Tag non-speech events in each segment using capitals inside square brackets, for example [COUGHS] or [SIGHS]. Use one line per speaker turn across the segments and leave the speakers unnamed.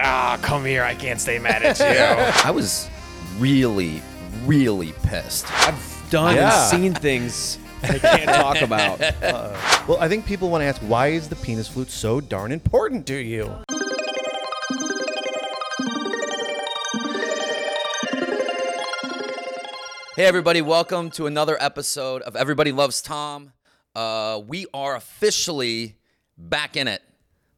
ah, come here, I can't stay mad at you.
I was really, really pissed.
I've done
Yeah.
and seen things I can't talk about.
Well, I think people want to ask why is the penis flute so darn important to you?
Hey, everybody, welcome to another episode of Everybody Loves Tom. Uh, we are officially back in it.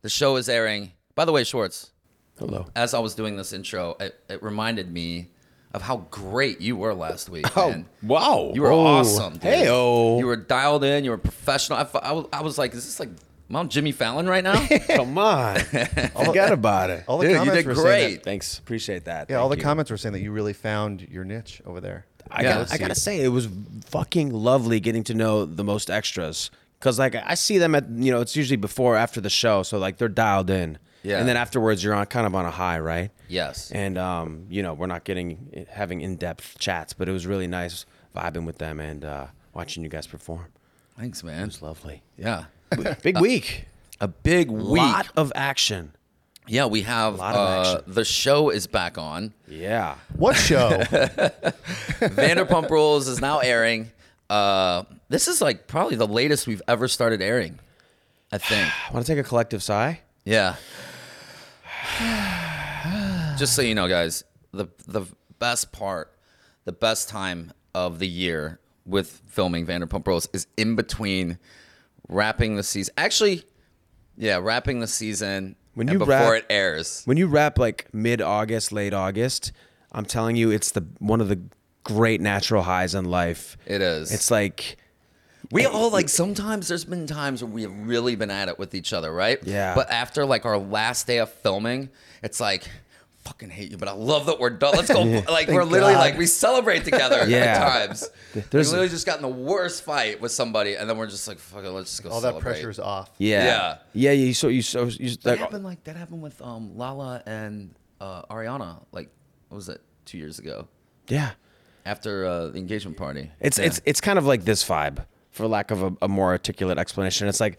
The show is airing. By the way, Schwartz,
Hello.
as I was doing this intro, it, it reminded me of how great you were last week. man.
Wow.
You were awesome. Dude.
Oh, Hey-o.
You were dialed in. You were professional. I, fu- I, was, I was like, is this like Mount Jimmy Fallon right now?
Come [LAUGHS] on. Forget about it.
All the
Dude, you
comments
did
were saying
great.
that,
Thanks. Appreciate that.
yeah, all the
Thank you.
comments were saying that you really found your niche over there.
I,
Yeah,
gotta,
let's
I
see.
gotta say, it was fucking lovely getting to know the most extras because, like, I see them at you know it's usually before or after the show, so like they're dialed in.
Yeah.
And then afterwards, you're on kind of on a high, right?
Yes.
And um, you know, we're not getting having in depth chats, but it was really nice vibing with them and uh, watching you guys perform.
Thanks, man.
It's lovely.
Yeah.
[LAUGHS] Big week. A big
week.
lot of action.
Yeah, we have
lot of
uh,
action.
the show is back on.
Yeah.
[LAUGHS]
What show?
[LAUGHS]
Vanderpump Rules is now airing. Uh, this is like probably the latest we've ever started airing, I think.
[SIGHS] I want to take a collective sigh.
Yeah. [SIGHS] Just so you know, guys, the the best part, the best time of the year with filming Vanderpump Rules is in between wrapping the season. Actually, yeah, wrapping the season
When
and
you
before
wrap-
it airs.
When you wrap like mid August, late August, I'm telling you, it's the one of the great natural highs in life.
It is.
It's like
We all like sometimes there's been times where we have really been at it with each other, right?
Yeah.
But after like our last day of filming, it's like fucking hate you, but I love that we're done. Let's
[LAUGHS]
go. Like we're literally like we celebrate together
Yeah.
at times. we
There's-
literally just got in the worst fight with somebody, and then we're just like, fuck it, let's just go.
all that
celebrate.
pressure's off.
yeah,
Yeah.
yeah. You so you so you
That
like,
happened like that happened with um Lala and uh, Ariana. Like what was it two years ago
yeah.
after uh, the engagement party?
It's
Yeah.
it's it's kind of like this vibe, for lack of a, a more articulate explanation. It's like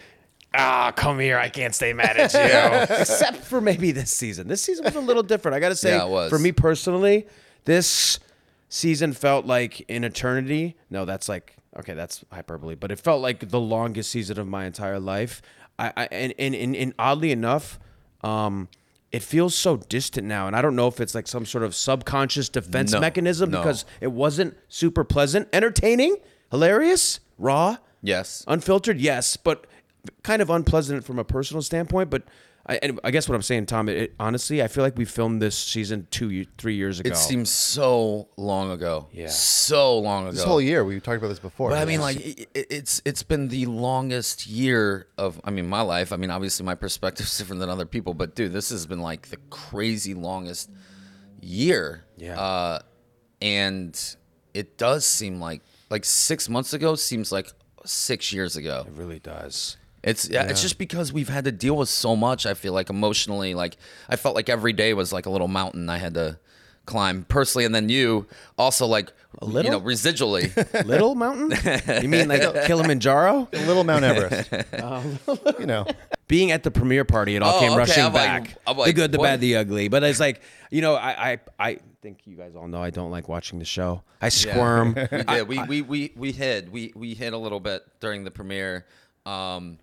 ah, come here, I can't stay mad at you.
[LAUGHS] except for maybe this season. This season was a little different. I got to say,
Yeah, it was.
for me personally, this season felt like an eternity. No, that's like okay, that's hyperbole, but it felt like the longest season of my entire life. I, I and, and and and oddly enough, um. It feels so distant now, and I don't know if it's like some sort of subconscious defense
No,
mechanism
no.
because it wasn't super pleasant, entertaining, hilarious, raw,
yes.
unfiltered yes but kind of unpleasant from a personal standpoint but i, and I guess what i'm saying tom it, it- honestly i feel like we filmed this season two ye- three years ago
It seems so long ago.
Yeah.
So long ago.
This whole year, we talked about this before.
But I mean, like, i i- it's it's been the longest year of, I mean, my life. I mean, obviously, my perspective's [LAUGHS] different than other people, but dude, this has been like the crazy longest year.
Yeah.
Uh, and it does seem like like six months ago seems like six years ago.
it really does
It's yeah. it's just because we've had to deal with so much. I feel like emotionally, like I felt like every day was like a little mountain I had to climb personally, and then you also like a
little?
you know, residually.
little mountain
[LAUGHS]
you mean like kilimanjaro
[LAUGHS] Little Mount Everest.
Um,
[LAUGHS] you know,
being at the premiere party, it all
Oh,
came
okay,
rushing
I'm like-
back.
I'm
the
like,
good, the
what?
bad, the ugly. But it's like, you know, I, I, I think you guys all know I don't like watching the show. I squirm.
[LAUGHS] we did. We, we we we hid. We we hid a little bit during the premiere, um,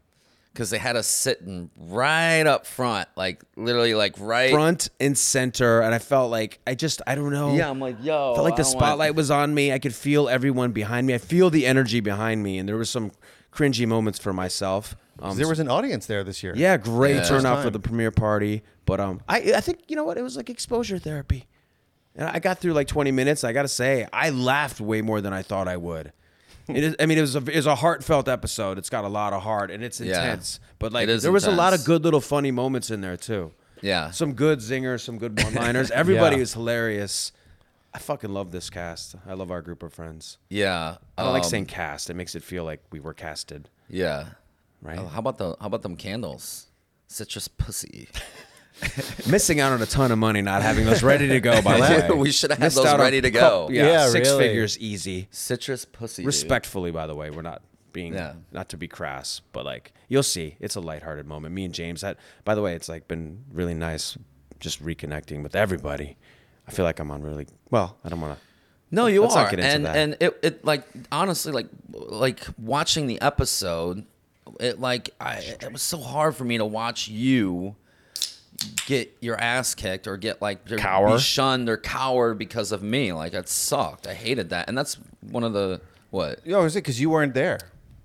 because they had us sitting right up front, like literally, like right.
front and center, and I felt like I just I don't know.
Yeah, I'm like, yo,
Felt like
I
the
don't wanna-
spotlight was on me. I could feel everyone behind me. I feel the energy behind me, and there was some cringy moments for myself. Um,
there was an audience there this year.
yeah, great
Yeah.
turnout
First
for
time.
the premiere party, but um, I I think you know what it was like exposure therapy, and I got through like 20 minutes. I gotta say, I laughed way more than I thought I would. It is, I mean, it was a it was a heartfelt episode. It's got a lot of heart and it's
Yeah.
intense. But like,
It
there
is
was a lot of
intense.
good little funny moments in there too.
Yeah.
Some good zingers,
[LAUGHS]
some good one liners. Everybody
Yeah.
was hilarious. I fucking love this cast. I love our group of friends.
yeah.
I don't like
um,
saying cast. It makes it feel like we were casted,
Yeah.
right?
Oh, how about the how about them candles? Citrus pussy.
Missing out on a ton of money not having those ready to go by
Yeah,
the way.
[LAUGHS] we should have
Missed
those
out on
ready to
cou-
go.
Yeah,
Yeah,
six
really.
figures easy.
Citrus pussy. dude.
Respectfully, by the way, we're not being
Yeah.
not to be crass, but like you'll see, it's a lighthearted moment. Me and James, that by the way, it's like been really nice just reconnecting with everybody. I feel like I'm on really well. I don't want to.
No, you
Let's
are,
not get into
and
that.
and it, it like honestly like like watching the episode, it like I it was so hard for me to watch you get your ass kicked or get like or
Cower.
be shunned or cower because of me. Like it sucked. I hated that, and that's one of the what?
Oh, is it because you weren't there?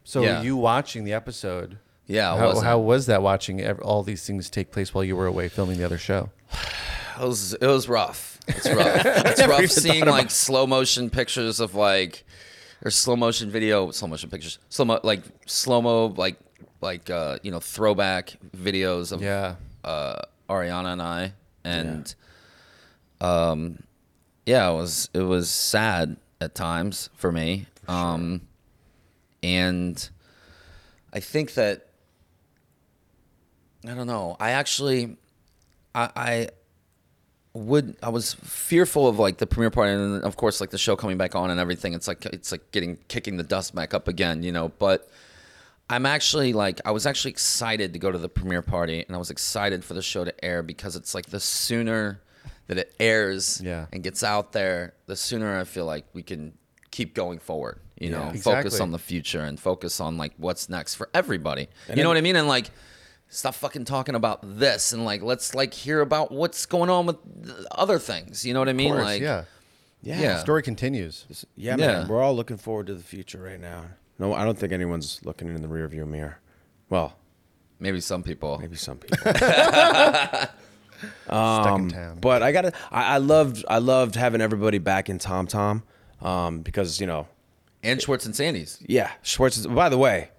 So
Yeah.
you watching the episode.
Yeah, I
How,
wasn't.
how was that watching ev- all these things take place while you were away filming the other show?
It was it was rough. It's rough. It's rough seeing like slow motion pictures of like or slow motion video, slow motion pictures, slow mo like slow mo like like uh you know throwback videos of
Yeah.
uh Ariana and I and um yeah, it was it was sad at times for me. um and I think that I don't know. I actually I, I would I was fearful of like the premiere party and then, of course like the show coming back on and everything. It's like it's like getting kicking the dust back up again, you know. But I'm actually like I was actually excited to go to the premiere party and I was excited for the show to air because it's like the sooner that it airs
Yeah.
and gets out there, the sooner I feel like we can keep going forward. You know, focus
Exactly.
on the future and focus on like what's next for everybody. you know what I mean? And like stop fucking talking about this and like let's like hear about what's going on with th- other things. You know what I mean?
Of course,
like
yeah.
Yeah.
Yeah.
Story continues.
Yeah,
Yeah.
man. We're all looking forward to the future right now. No, I don't think anyone's looking in the rearview mirror. Well,
maybe some people.
maybe [LAUGHS] some people.
Stuck
Um,
in town.
but I gotta. I, I loved. I loved having everybody back in Tom Tom, um, because you know,
And Schwartz and Sandy's.
yeah, Schwartz. Is, by the way,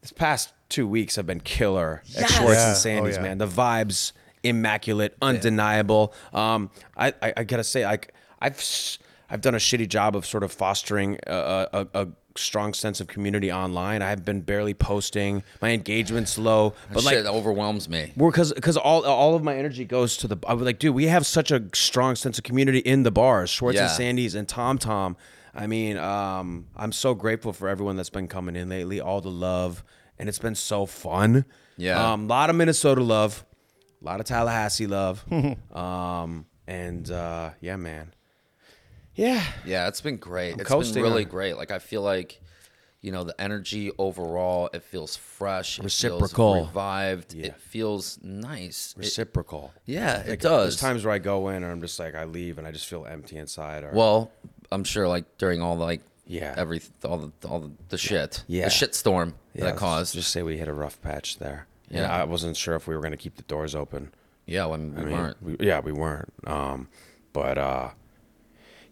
this past two weeks have been killer at
Yes.
Schwartz
Yeah.
and Sandy's.
Oh, yeah.
Man, the vibes immaculate, undeniable. Um, I, I I gotta say, like I've s- I've done a shitty job of sort of fostering a. a, a a strong sense of community online. I have been barely posting. My engagement's low,
Shit
but like
that overwhelms me.
we're because because all all of my energy goes to the. I was like, dude, we have such a strong sense of community in the bars, Schwartz and
Yeah.
Sandy's and Tom Tom. I mean, um, I'm so grateful for everyone that's been coming in lately, all the love, and it's been so fun.
Yeah.
um, lot of Minnesota love, a lot of
[LAUGHS]
Tallahassee love, um, and uh, yeah, man, yeah,
Yeah, it's been great. It's
coasting
been really
on it.
great. Like I feel like, you know, the energy overall, it feels fresh, it
Reciprocal.
feels revived, it feels nice. It-
reciprocal.
yeah, it
There's
does.
times where I go in and I'm just like I leave and I just feel empty inside. Or
well, I'm sure like during all the like
Yeah.
every all the all the, the shit
Yeah.
the shit storm
Yeah,
that
let's
caused
Just say we hit a rough patch there. Yeah,
Yeah.
I wasn't sure if we were going to keep the doors open.
yeah when we
I mean,
weren't
we- yeah, we weren't. Um, but uh,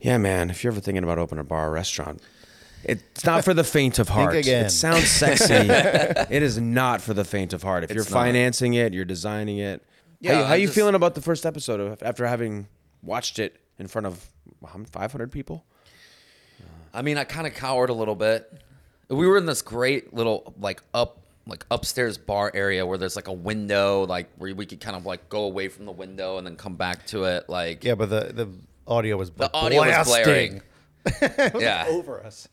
yeah, man, if you're ever thinking about opening a bar or restaurant, it's not for the
[LAUGHS]
faint of heart.
again.
It sounds sexy. it is not for the faint of heart. If you're
not.
financing it, you're designing it.
Yeah,
how you, how
I
you
just-
feeling about the first episode of, after having watched it in front of how many- 500 people?
I mean, I kind of cowered a little bit. We were in this great little like up like upstairs bar area where there's like a window like where we could kind of like go away from the window and then come back to it like
Yeah, but the, the audio was
the audio was blaring.
[LAUGHS]
yeah.
over us.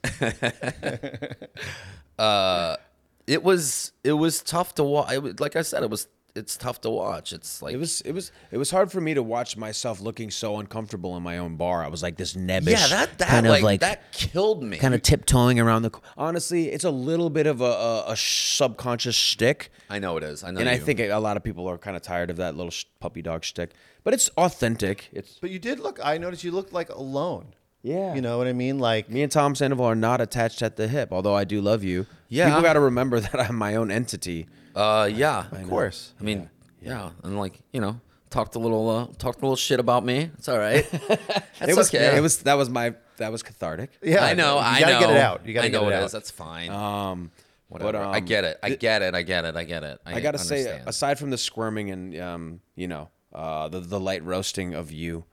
It was it was tough to watch. Like I said it was it's tough to watch. It's like
It was it was it was hard for me to watch myself looking so uncomfortable in my own bar. I was like this nebbish,
yeah, that that
kind
like,
of like
that killed me.
kind of tiptoeing around the. co- Honestly, it's a little bit of a a, a subconscious shtick,
I know it is. I know.
and I
you.
think a lot of people are kind of tired of that little sh- puppy dog shtick. But it's authentic. It's
But you did look, I noticed you looked like alone.
Yeah.
You know what I mean? Like,
me and Tom Sandoval are not attached at the hip. Although I do love you,
Yeah.
people got to remember [LAUGHS] that I'm my own entity.
uh yeah.
of course.
I mean, yeah. and like, you know, talked a little uh, talked a little shit about me. It's all right. That's
it was
okay.
it was that was my that was cathartic.
Yeah,
I know.
You
I
gotta
know.
get it out. You gotta
I know
get it
it
out.
is. That's fine.
Um,
Whatever.
But, um,
I get it. I get it. I get it. I get it. I,
I gotta say, uh,
understand.
aside from the squirming and um, you know, uh, the the light roasting of you,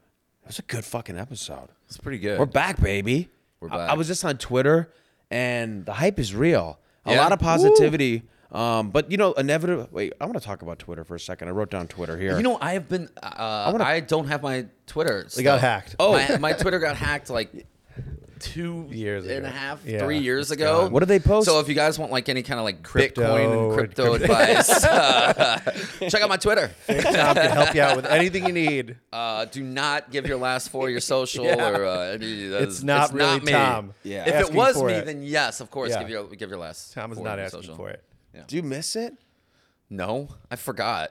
it was a good fucking episode.
it's pretty good.
We're back, baby. We're
back.
I, was just on Twitter, and the hype is real. A
Yeah.
lot of positivity. Um, but you know, inevitable. Wait, I want to talk about Twitter for a second. I wrote down Twitter here.
you know, I have been. Uh, I, don't have my Twitter. It
got hacked.
Oh, my, my Twitter got hacked like two
Years
and
ago.
a half,
Yeah,
three years
it's
ago.
gone.
What did they post?
So if you guys want like any kind of like
Crypto
Bitcoin
and
and crypto
crypto-
advice, uh, check out my Twitter.
Tom can help you
[LAUGHS]
out with anything you need.
Uh, do not give your last four your social or uh, any. that
It's
is-
not really
me.
Tom
Yeah. If it
asking
was
for
me,
it.
then yes, of course,
Yeah.
give your give your last.
Tom is
four
not
your
asking
social.
for
[LAUGHS]
it.
Do you miss it?
No, I forgot.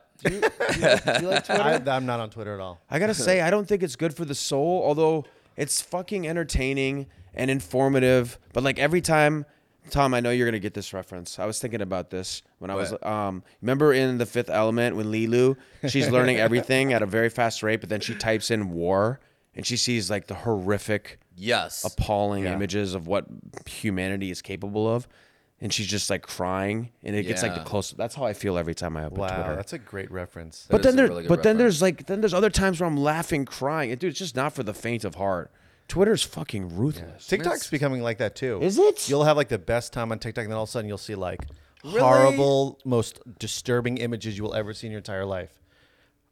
I, I'm not on Twitter at all.
I gotta say, I don't think it's good for the soul, although it's fucking entertaining and informative. But like every time, Tom, I know you're gonna get this reference. I was thinking about this when I was
What?
um remember in the fifth element when Lilu, she's learning everything at a very fast rate, but then she types in war and she sees like the horrific
Yes.
appalling images of what humanity is capable of. And she's just like crying, and it gets like the
Yeah.
close. That's how I feel every time I open
Wow,
Twitter.
that's a great reference.
But
That is
then
a
there,
really good
but then
reference.
there's like then there's other times where I'm laughing, crying, and dude, it's just not for the faint of heart. Twitter's fucking ruthless.
TikTok's becoming like that too.
Is it?
You'll have like the best time on TikTok, and then all of a sudden you'll see like horrible, most disturbing images you will ever see in your entire life.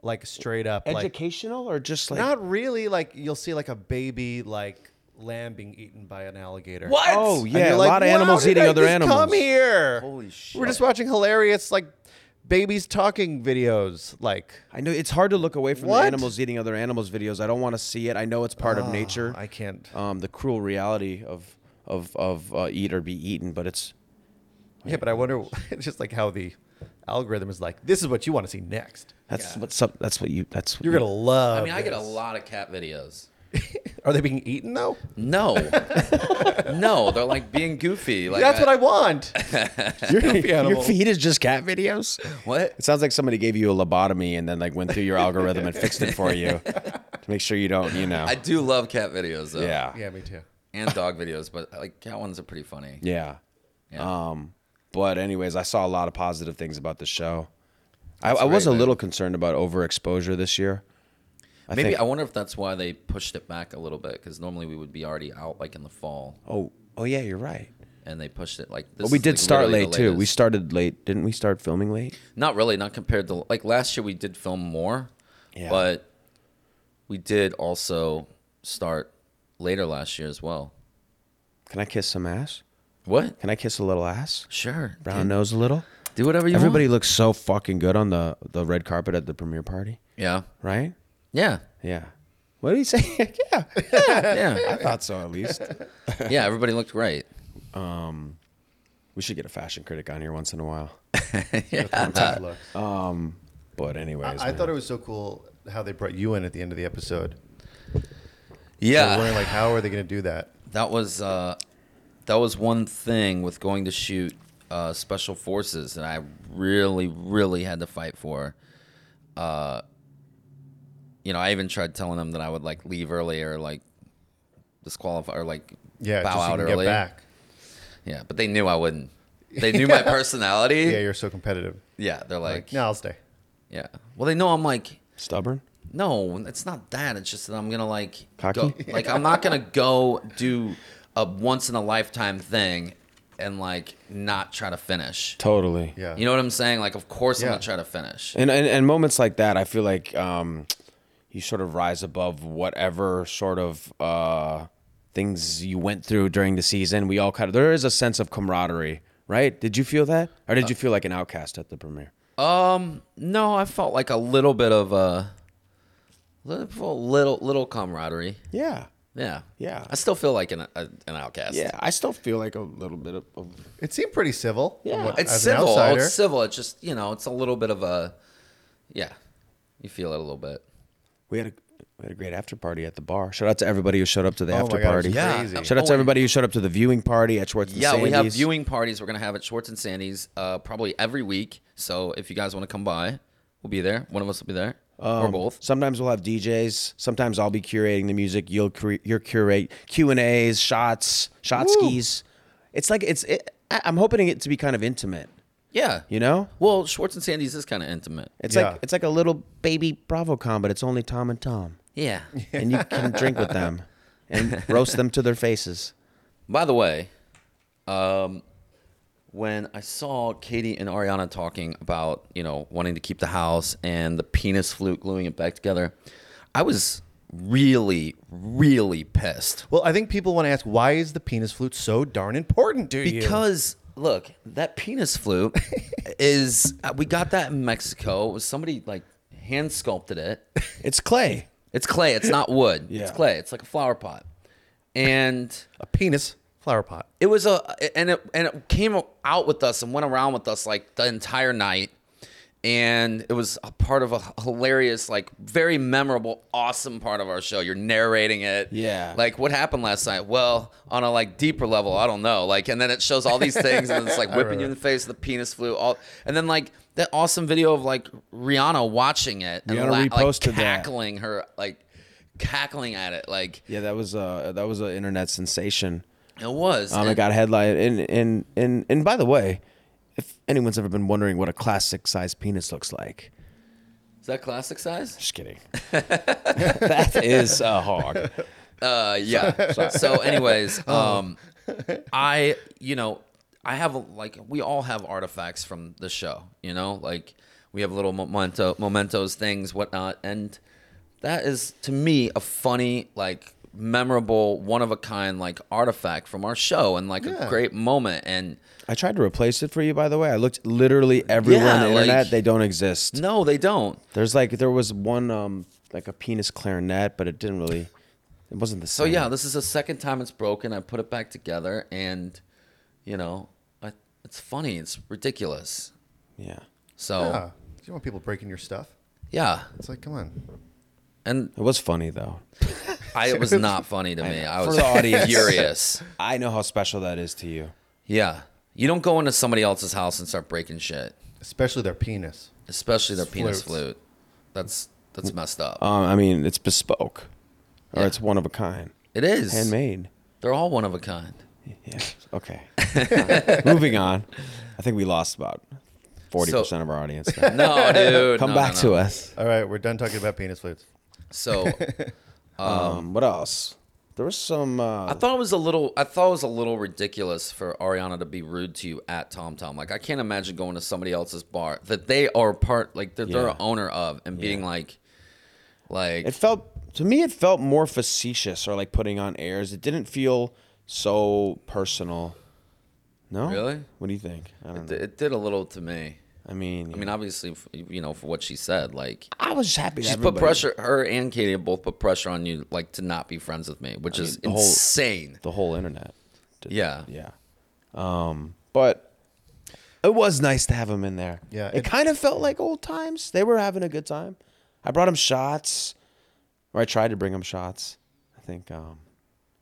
Like straight up, like
Educational or just like
not really. Like you'll see like a baby like lamb being eaten by an alligator.
what?
oh
And
yeah,
you're
a
like,
lot of
"Wow,
animals
did
eating
I
other
just
animals.
Come here!
Holy
We're
shit.
just watching hilarious like babies talking videos. Like
I know it's hard to look away from
What?
the animals eating other animals videos. I don't want to see it. I know it's part of nature.
I can't.
Um, the cruel reality of of of uh, eat or be eaten, but it's
Yeah, but I wonder [LAUGHS] just like how the algorithm is like. This is what you want to see next.
that's what's up. That's what you. That's what
You're
you-
gonna love.
I mean, I get a
this.
lot of cat videos.
Are they being eaten though?
No, [LAUGHS] no, they're like being goofy. Like
That's what I want.
[LAUGHS] Your feed is just cat videos.
What?
It sounds like somebody gave you a lobotomy and then like went through your algorithm and fixed it
[LAUGHS]
for you to make sure you don't, you know.
I do love cat videos though.
yeah.
yeah, me too.
And dog videos, but like cat ones are pretty funny.
Yeah.
Yeah.
Um, but anyways, I saw a lot of positive things about the show. I, I
great,
was a
man.
little concerned about overexposure this year. I
Maybe
think-
I wonder if that's why they pushed it back a little bit because normally we would be already out like in the fall,
oh, oh yeah, you're right.
and they pushed it like. This
But we
is,
did
like,
start
literally
late
the
too. We
latest.
started late, didn't we? Start filming late.
Not really, not compared to like last year we did film more.
Yeah.
But we did also start later last year as well.
Can I kiss some ass?
What?
Can I kiss a little ass?
Sure.
Brown nose a little.
Do whatever you
Everybody
want.
looks so fucking good on the the red carpet at the premiere party,
Yeah.
right?
Yeah.
Yeah. What did he say? [LAUGHS] yeah.
Yeah.
[LAUGHS] I thought so at least.
yeah, everybody looked great.
we should get a fashion critic on here once in a while.
Look,
But anyways,
I
man.
thought it was so cool how they brought you in at the end of the episode. I was
Yeah.
wondering like, how are they gonna do that?
That was uh, that was one thing with going to shoot uh, special forces that I really, really had to fight for. Uh, you know, I even tried telling them that I would like leave early or like disqualify or like
Yeah,
bow
just so you
out
can
early.
get back.
Yeah, but they knew I wouldn't. They
[LAUGHS]
knew my personality.
Yeah, you're so competitive.
Yeah, they're like,
Like, no, I'll stay.
yeah. Well, they know I'm like,
stubborn.
no, it's not that. It's just that I'm gonna like,
Cocky?
go, like I'm not gonna go do a once in a lifetime thing and like not try to finish.
Totally.
Yeah,
You know what I'm saying? Like, of course I'm
Yeah.
gonna try to finish.
And, and and moments like that, I feel like um, you sort of rise above whatever sort of uh, things you went through during the season. We all kind of there is a sense of camaraderie, right? Did you feel that, or did you feel like an outcast at the premiere?
Um, no, I felt like a little bit of a little little, little camaraderie.
Yeah,
Yeah,
Yeah.
I still feel like an a, an outcast.
yeah. I still feel like a little bit of. of
it seemed pretty civil. from
Yeah.
what-
It's
as an
civil.
outsider.
It's civil. It's just you know, it's a little bit of a, yeah, you feel it a little bit.
we had a we had a great after party at the bar. Shout out to everybody who showed up to the
Oh my
after
God, it was
party.
Yeah. crazy.
Shout out to everybody who showed up to the viewing party at Schwartz. and
Yeah, we have
Sandy's.
viewing parties. We're gonna have at Schwartz and Sandy's uh, probably every week. So if you guys want to come by, we'll be there. One of us will be there,
Um,
or both.
Sometimes we'll have DJs. Sometimes I'll be curating the music. You'll cur- you'll curate Q and A's, shots, shot skis. It's like it's. It, I- I'm hoping it to be kind of intimate.
Yeah,
You know,
Well, Schwartz and Sandy's is kind of intimate.
it's
Yeah.
like it's like a little baby BravoCon, but it's only Tom and Tom, [LAUGHS]
Yeah.
and you can drink with them and roast them to their faces.
By the way, um, when I saw Katie and Ariana talking about you know wanting to keep the house and the penis flute gluing it back together, I was really, really pissed.
Well, I think people want to ask why is the penis flute so darn important to you?
Because look, that penis flute [LAUGHS] is uh, we got that in Mexico. It was somebody like hand sculpted it.
It's clay.
It's clay. It's not wood.
Yeah.
It's clay. It's like a flower pot, and
a penis flower pot.
it was a and it and it came out with us and went around with us like the entire night, and it was a part of a hilarious, like very memorable, awesome part of our show. You're narrating it.
Yeah.
Like what happened last night? Well, on a like deeper level, I don't know. Like, and then it shows all these things, and
[LAUGHS]
it's like whipping you in the face, the penis flew, all, and then like that awesome video of like Rihanna watching it and
Rihanna
like,
reposted that.
cackling her like cackling at it like
Yeah, that was uh that was an internet sensation.
it was
Um, it
And-
got a headline. And and and and by the way, if anyone's ever been wondering what a classic size penis looks like,
is that classic size
just [LAUGHS] kidding. that is a hog.
Uh, yeah. so, anyways, um, I, you know, I have a, like we all have artifacts from the show. You know, like we have little memento, mementos, things, whatnot, and that is to me a funny, like memorable, one of a kind, like artifact from our show, and like a great moment. And
I tried to replace it for you, by the way. I looked literally everywhere on
Yeah,
the internet.
like-
they don't exist.
no, they don't.
There's like there was one um like a penis clarinet, but it didn't really. It wasn't the
So
same.
Oh, yeah, this is the second time it's broken. I put it back together, and you know, I, it's funny. It's ridiculous.
yeah.
So
Yeah. Do you want people breaking your stuff?
yeah.
It's like, come on.
And
It was funny though.
I, it was not funny to me. I was
For the audience.
furious.
[LAUGHS] I know how special that is to you.
Yeah. You don't go into somebody else's house and start breaking shit,
Especially their penis.
especially their penis
Flutes.
flute. That's that's messed up.
Um, I mean, it's bespoke, or
Yeah.
it's one of a kind,
it is.
handmade.
They're all one of a
[LAUGHS]
kind.
Yeah. Okay. Moving on. I think we lost about forty percent of our
[LAUGHS]
audience. now.
No, dude.
Come back to us.
All right, we're done talking about penis flutes.
So
[LAUGHS] Um, what else? There was some. Uh,
I thought it was a little. I thought it was a little ridiculous for Ariana to be rude to you at Tom Tom. Like I can't imagine going to somebody else's bar that they are part, like that they're
Yeah.
an owner of, and being like, like
it felt to me. It felt more facetious or like putting on airs. It didn't feel so personal. No.
Really?
What do you think? I don't know.
it did a little to me.
I mean,
I mean, obviously, f- you know, for what she said, like
I was just happy.
she's put pressure. Her and Katie have both put pressure on you, like to not be friends with me, which is
mean, the whole-
insane.
The whole internet. did
Yeah.
that. Yeah. Um, but it was nice to have him in there.
Yeah,
It
and-
kind of felt like old times. They were having a good time. I brought him shots, or I tried to bring him shots. I think. Um,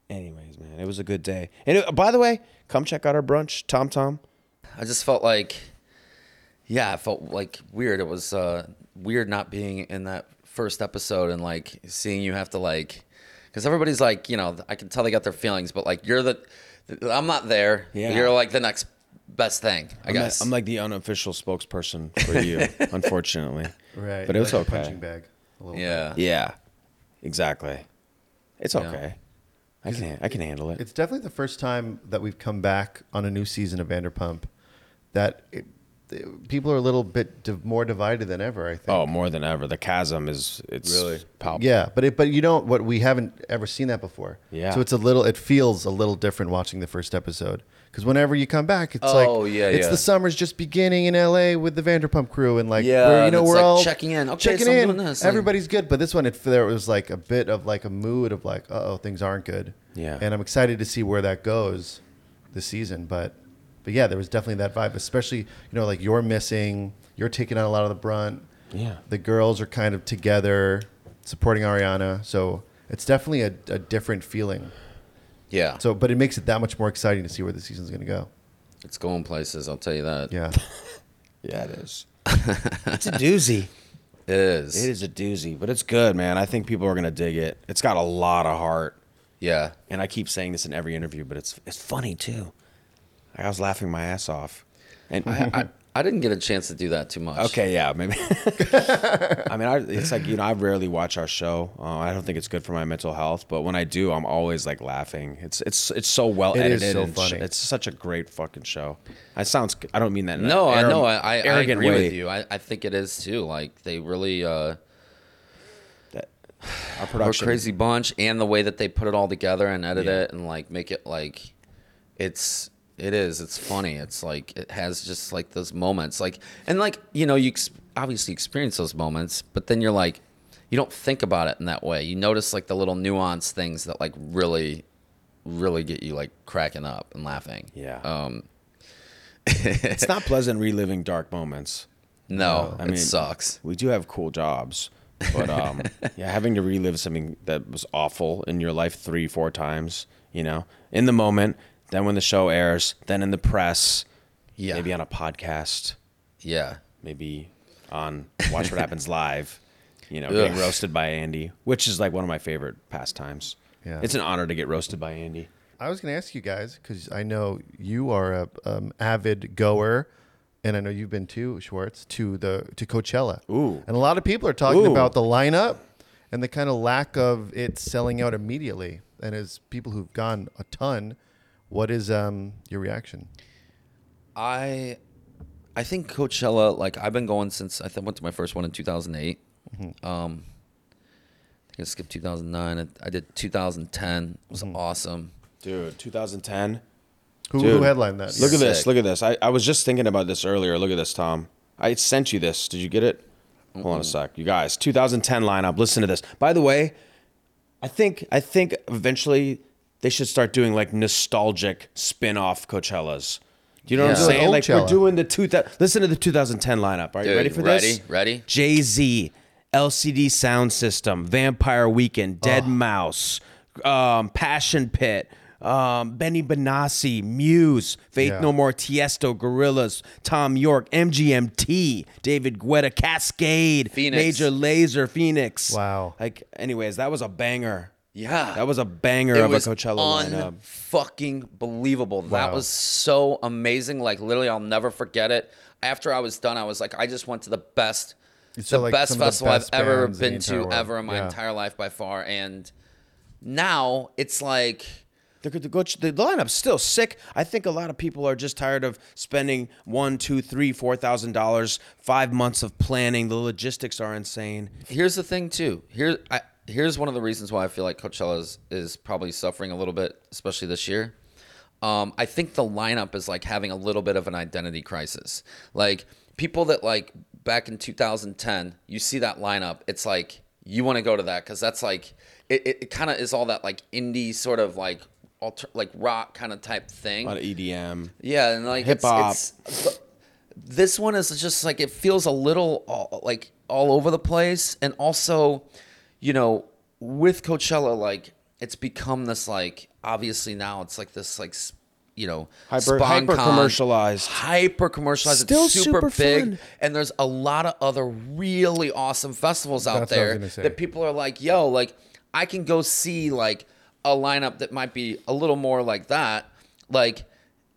anyways, man, it was a good day. And it, by the way, come check out our brunch, Tom Tom.
I just felt like, yeah, I felt like weird. It was uh, weird not being in that first episode and like seeing you have to like, because everybody's like, you know, I can tell they got their feelings, but like you're the, I'm not there.
Yeah.
You're like the next best thing, I
I'm
guess.
Like, I'm like the unofficial spokesperson for you, unfortunately.
Right.
But it was
like
okay.
A punching bag. A little
yeah.
Yeah. Exactly. It's okay. I can I can handle it.
It's definitely the first time that we've come back on a new season of Vanderpump that it, it- people are a little bit div- more divided than ever, I think.
Oh, more than ever. The chasm is it's really palpable.
Yeah, but it, but you don't what we haven't ever seen that before.
Yeah.
So it's a little it feels a little different watching the first episode because whenever you come back, it's
Oh,
like
yeah,
it's
yeah.
the summer's just beginning in L.A. with the Vanderpump crew and like
Yeah,
we're, you
and
know
it's
we're
like
all
checking in. Okay,
checking
so I'm
in.
doing this, and-
Everybody's good, but this one it there was like a bit of like a mood of like uh oh things aren't good.
Yeah.
and I'm excited to see where that goes this season, but. But yeah, there was definitely that vibe, especially you know like you're missing, you're taking on a lot of the brunt
Yeah.
the girls are kind of together supporting Ariana. So it's definitely a, a different feeling.
Yeah.
So, but it makes it that much more exciting to see where the season's going to go.
It's going places, I'll tell you that.
[LAUGHS]
Yeah.
Yeah, it is. it's a doozy.
It is.
It is a doozy, but it's good, man. I think people are gonna dig it. It's got a lot of heart,
Yeah.
and I keep saying this in every interview, but it's it's funny too. I was laughing my ass off, and
I, I didn't get a chance to do that too much.
okay, yeah, maybe. [LAUGHS] I mean, I, it's like you know, I rarely watch our show. Uh, I don't think it's good for my mental health, but when I do, I'm always like laughing. It's it's it's so well
It
edited.
is so
and sh-
funny.
it's such a great fucking show. I sounds. I don't mean that. In
No,
an
I
arro-
know. I, I, I
arrogant
agree
way.
with you. I, I think it is too. Like they really. uh
That- our
Or
production.
Crazy Bunch and the way that they put it all together and edit it and like make it like it's it is it's funny it's like it has just like those moments like and like you know you ex- obviously experience those moments but then you're like you don't think about it in that way you notice like the little nuance things that like really really get you like cracking up and laughing
Yeah.
um [LAUGHS]
It's not pleasant reliving dark moments.
no
I
it
mean-
sucks
We do have cool jobs,
[LAUGHS]
but um, yeah, having to relive something that was awful in your life three, four times, you know, in the moment, then when the show airs, then in the press,
Yeah.
maybe on a podcast,
yeah
maybe on Watch
[LAUGHS]
What Happens Live, you know, getting
Ugh.
roasted by Andy, which is like one of my favorite pastimes.
Yeah.
It's an honor to get roasted by Andy.
I was going to ask you guys because I know you are a um, avid goer, and I know you've been too, Schwartz, to the to Coachella.
Ooh.
and a lot of people are talking
Ooh.
about the lineup and the kind of lack of it selling out immediately. And as people who've gone a ton, what is um, your reaction?
I I think Coachella, like I've been going since I th- went to my first one in 2008.
Mm-hmm.
Um, I think I skipped 2009. I, I did 2010. It
Mm-hmm.
was awesome.
Dude, 2010.
Who, who
Dude,
headlined that?
Look at this.
Sick.
Look at this. I, I was just thinking about this earlier. Look at this, Tom. I sent you this. Did you get it? Hold on a sec. You guys, 2010 lineup. Listen to this. By the way, I think I think eventually they should start doing like nostalgic spin-off Coachellas. Do you know what
Yeah.
I'm saying? Like we're
Coachella.
doing the two thou- listen to the 2010 lineup. Are you
Dude,
ready for
ready?
this?
Ready?
Jay-Z, LCD Sound System, Vampire Weekend, Dead Mouse, um, Passion Pit, um, Benny Benassi, Muse, Faith
Yeah.
No More, Tiesto, Gorillas, Tom York, MGMT, David Guetta, Cascade,
Phoenix.
Major Laser, Phoenix.
Wow.
Like, anyways, that was a banger.
Yeah.
That was a banger
it
of
was
a Coachella lineup.
fucking believable. That
Wow.
was so amazing. Like literally, I'll never forget it. After I was done, I was like, I just went to the best,
saw,
the
like,
best
some of the
festival
best
I've ever
bands in the
been
entire
to
world.
ever in my
Yeah.
entire life by far. And now it's like.
The, the, coach- the lineup's still sick. I think a lot of people are just tired of spending one, two, three, four thousand dollars, five months of planning. The logistics are insane.
here's the thing too. Here, I, here's one of the reasons why I feel like Coachella is, is probably suffering a little bit, especially this year. Um, I think the lineup is like having a little bit of an identity crisis. Like people that like back in 2010, you see that lineup, it's like you want to go to that because that's like it. It, it kind of is all that like indie sort of like alter like rock kind of type thing.
A lot of EDM.
Yeah, and like
Hip hop.
it's- it's- This one is just like it feels a little all, like all over the place, and also, you know, with Coachella, like it's become this like obviously now it's like this like s- you know SponCon,
Hyper- hyper-commercialized.
hyper commercialized.
Still
it's super,
super
big,
fun.
and there's a lot of other really awesome festivals out
That's what I was
there
gonna say.
that people are like, yo, like I can go see like a lineup that might be a little more like that, like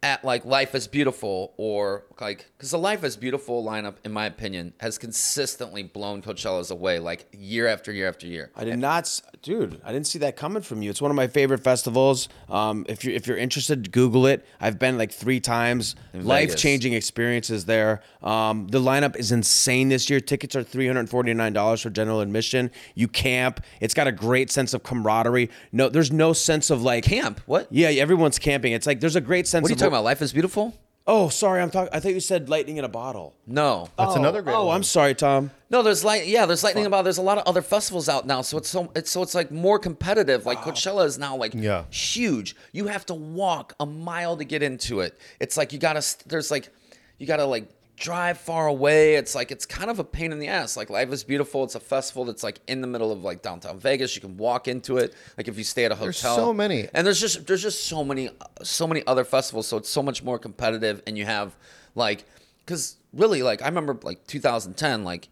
at like Life is Beautiful or like because the Life is Beautiful lineup, in my opinion, has consistently blown Coachella's away like year after year after year.
I did not, s- dude. I didn't see that coming from you. It's one of my favorite festivals. Um, if you if you're interested, Google it. I've been like three times. Life changing experiences there. Um, the lineup is insane this year. Tickets are three hundred forty nine dollars for general admission. You camp. It's got a great sense of camaraderie. No, there's no sense of like
Camp? What?
Yeah, everyone's camping. It's like there's a great sense.
What are you
of
talking about? Life is Beautiful?
Oh, sorry. I'm talking. I thought you said lightning in a bottle.
No.
That's another great
Oh,
one.
I'm sorry, Tom.
No, there's light. Yeah, there's lightning about. There's a lot of other festivals out now, so it's so it's so it's like more competitive. Like Coachella is now like
Yeah.
huge. You have to walk a mile to get into it. It's like you gotta. st- There's like you gotta like drive far away. It's like it's kind of a pain in the ass. Like Life is Beautiful. It's a festival that's like in the middle of like downtown Vegas. You can walk into it. Like if you stay at a hotel.
so many.
And there's just there's just so many so many other festivals, so it's so much more competitive. And you have like, because really, like I remember like 2010, like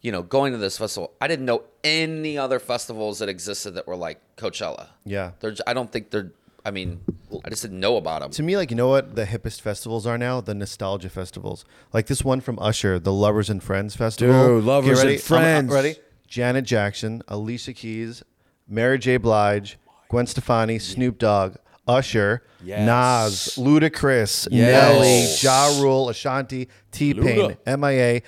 you know going to this festival, I didn't know any other festivals that existed that were like Coachella.
Yeah.
there's I don't think they're. I mean, I just didn't know about them.
to me, like you know what the hippest festivals are now? The nostalgia festivals. Like this one from Usher, the Lovers and Friends Festival.
Dude, Lovers
Get ready.
and Friends.
I'm- I'm ready? Janet Jackson, Alicia Keys, Mary J. Blige, Gwen Stefani, Snoop Dogg, Usher, Nas, Ludacris,
Yes.
Nelly, Ja Rule, Ashanti, T Pain, MIA.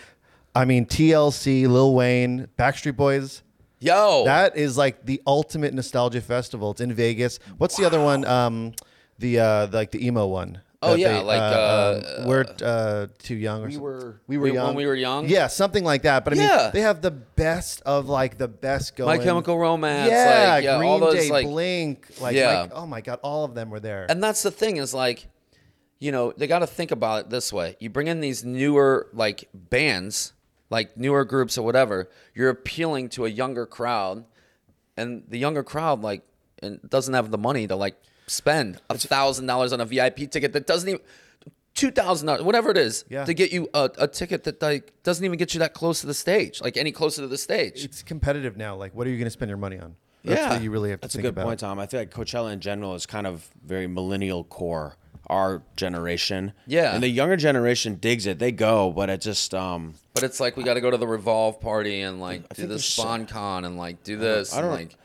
I mean TLC, Lil Wayne, Backstreet Boys.
Yo,
That is like the ultimate nostalgia festival. It's in Vegas. What's the other one? Um, the uh, the- like the emo one.
Oh,
that
yeah, like,
um, we're uh, too young. Or we
were-
we were
we- when
young
we were young?
Yeah, something like that. But I
Yeah.
mean, they have the best of like the best going.
My Chemical Romance,
Yeah,
like, yeah,
Green
all those,
Day,
like-
Blink. Like,
Yeah.
like, oh my god, all of them were there.
and that's the thing is like you know they got to think about it this way you bring in these newer like bands like newer groups or whatever you're appealing to a younger crowd and the younger crowd like and doesn't have the money to like spend a thousand dollars on a vip ticket that doesn't even two thousand dollars whatever it is
Yeah.
to get you a, a ticket that like doesn't even get you that close to the stage like any closer to the stage
it's competitive now. Like, what are you going to spend your money on? That's
Yeah.
what you really have to
That's a
think
good
about.
point, Tom. I feel like Coachella in general is kind of very millennial core, our generation.
Yeah.
And the younger generation digs it. They go, but it just um
But it's like we got to go to the Revolve party and like do this
think there's so-
spawn con and like do this.
I don't-
and, like,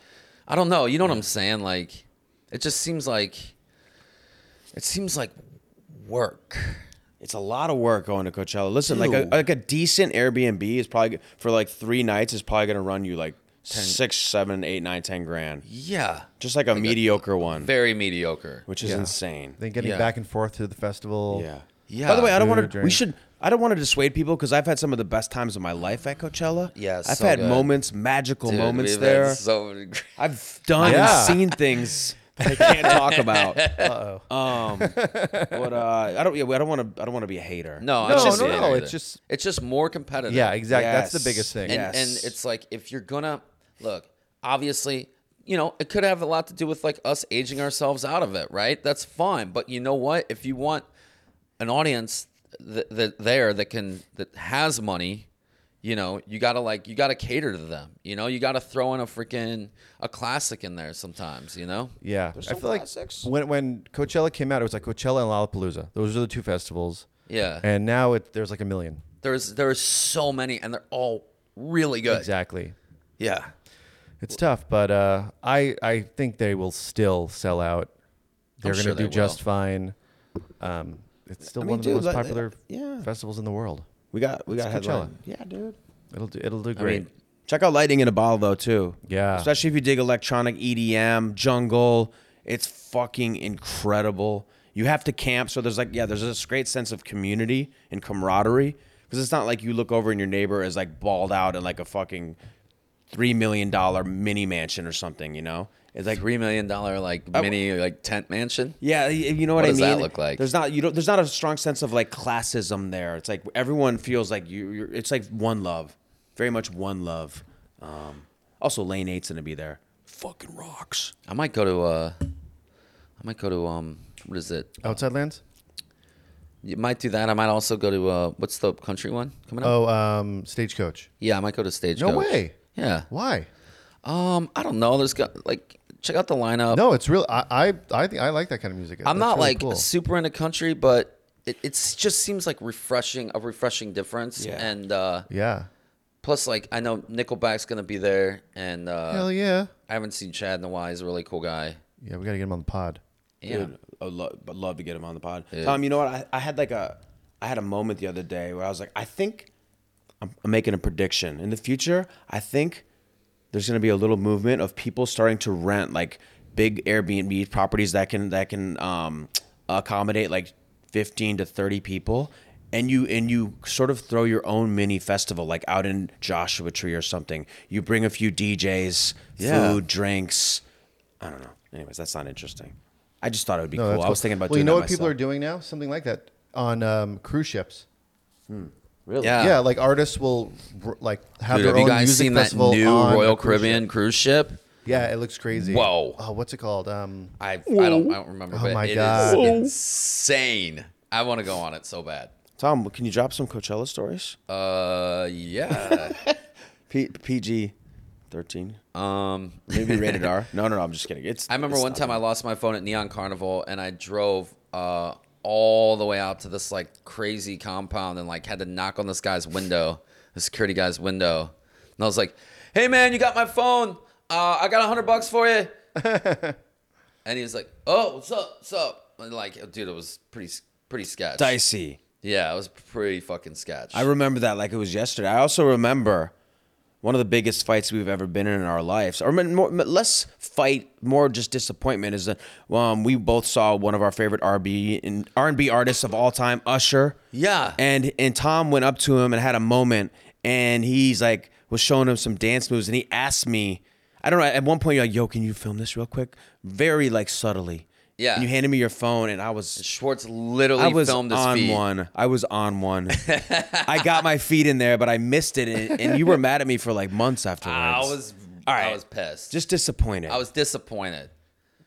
I don't know. You know what I'm saying? Like, it just seems like it seems like work.
it's a lot of work going to Coachella. Listen, like a
Dude.
like a decent Airbnb is probably g- for like three nights is probably gonna run you like six, seven, eight, nine, ten grand.
Yeah,
Just like a mediocre one.
very mediocre.
which is insane.
Then getting
Yeah.
back and forth to the festival.
Yeah.
Yeah.
By the way, I don't
Food,
want to. We
drink.
should. I don't want to dissuade people because I've had some of the best times of my life at Coachella.
Yeah, it's
I've
so
had
good.
moments, magical
Dude,
moments
we've had
there.
So
I've done
Yeah.
and seen things that I can't talk about. Uh-oh. Um, but uh, I don't. Yeah, I don't want to. I don't want to be a hater.
[LAUGHS] no,
No,
I'm just
no,
saying
no,
it
it's
either.
just-
it's just more competitive.
Yeah, exactly. That's the
Yes.
biggest thing.
and,
Yes.
and it's like if you're gonna look obviously you know it could have a lot to do with like us aging ourselves out of it right that's fine but you know what if you want an audience that, that there that can that has money you know you gotta like you gotta cater to them you know you gotta throw in a freaking a classic in there sometimes you know
Yeah, I
some
feel like
classics.
when when Coachella came out, it was like Coachella and Lollapalooza. Those are the two festivals.
Yeah.
and now it there's like a million.
there's there's so many and they're all really good
Exactly.
yeah
It's tough, but uh, I I think they will still sell out. They're
I'm
gonna
sure
do
they
just
will.
fine. Um, it's still
mean,
one of the
dude, like-
most popular
yeah.
festivals in the world.
we got we got
It's Coachella.
headline. Yeah, dude.
It'll do, it'll do
I
great.
mean, check out Lightning in a Bottle though too.
Yeah.
Especially if you dig electronic EDM, jungle, it's fucking incredible. You have to camp, so there's like yeah, there's this great sense of community and camaraderie because it's not like you look over and your neighbor is like balled out in like a fucking three million dollar mini mansion or something. You know, it's like
three million dollar like mini like tent mansion
yeah, y- you know what,
What
I
does
mean.
that look like?
There's not you don't, There's not a strong sense of like classism there. It's like everyone feels like you. You're, it's like one love, very much one love. Um, also, Lane Eight's gonna be there. Fucking rocks.
I might go to uh, I might go to um, what is it?
Outside lands.
You might do that. I might also go to uh, what's the country one coming up?
Oh, um, stagecoach.
yeah, I might go to stage.
No way.
Yeah.
Why?
Um, I don't know. There's got like check out the lineup.
No, it's real. I I I, think, I like that kind of music.
I'm
That's
not
really
like
cool.
super into country, but it it's just seems like refreshing a refreshing difference.
Yeah.
And uh,
yeah.
plus, like I know Nickelback's gonna be there, and uh,
Hell yeah.
I haven't seen Chad in a while. He's a really cool guy.
Yeah, we gotta get him on the pod.
Yeah.
Dude, I'd love, I'd love to get him on the pod. Tom, you know what? I, I had like a, I had a moment the other day where I was like, I think I'm, I'm making a prediction in the future. I think there's going to be a little movement of people starting to rent like big Airbnb properties that can that can um, accommodate like 15 to 30 people. And you and you sort of throw your own mini festival, like out in Joshua Tree or something. You bring a few DJs,
Yeah.
food, drinks. I don't know. Anyways, that's not interesting. I just thought it would be
No,
cool.
Oh, that's
I was thinking about
Well,
doing
you know
that
what people are
myself.
doing now? Something like that on um, cruise ships.
Really?
Yeah.
yeah, like artists will r- like have
Dude,
their
have
own
you guys
music
seen that
festival
new
on a
Royal
cruise ship.
Caribbean cruise ship?
Yeah, it looks crazy.
Whoa.
Oh, what's it called? Um,
I, I don't I don't remember.
Oh
but
my
it is
God. Whoa.
insane. I want to go on it so bad.
Tom, can you drop some Coachella stories?
Uh, yeah.
P- PG 13.
[LAUGHS] um,
Maybe
[LAUGHS]
rated R. No, no, no. I'm just kidding. It's.
I remember
it's
one
not
time I lost my phone at Neon Carnival, and I drove uh all the way out to this like crazy compound, and like had to knock on this guy's window, the security guy's window, and I was like, "Hey man, you got my phone? Uh, I got a hundred bucks for
[LAUGHS]
you." and he was like, "Oh, what's up? What's up?" And like, dude, it was pretty pretty sketch.
dicey.
Yeah, it was pretty fucking sketch.
I remember that like it was yesterday. I also remember one of the biggest fights we've ever been in in our lives, or m- more, m- less fight, more just disappointment. Is that um, we both saw one of our favorite RB and R and B artists of all time, Usher.
Yeah.
and and Tom went up to him and had a moment, and he's like was showing him some dance moves, and he asked me, I don't know. At one point, you're like, "Yo, can you film this real quick?" Very like subtly.
Yeah.
And you handed me your phone, and I was
Schwartz literally
I was
filmed his
on
feet.
one. I was on
[LAUGHS]
one. I got my feet in there, but I missed it, and, and you were mad at me for like months afterwards.
I was
All
I
right.
was pissed.
just disappointed.
I was disappointed.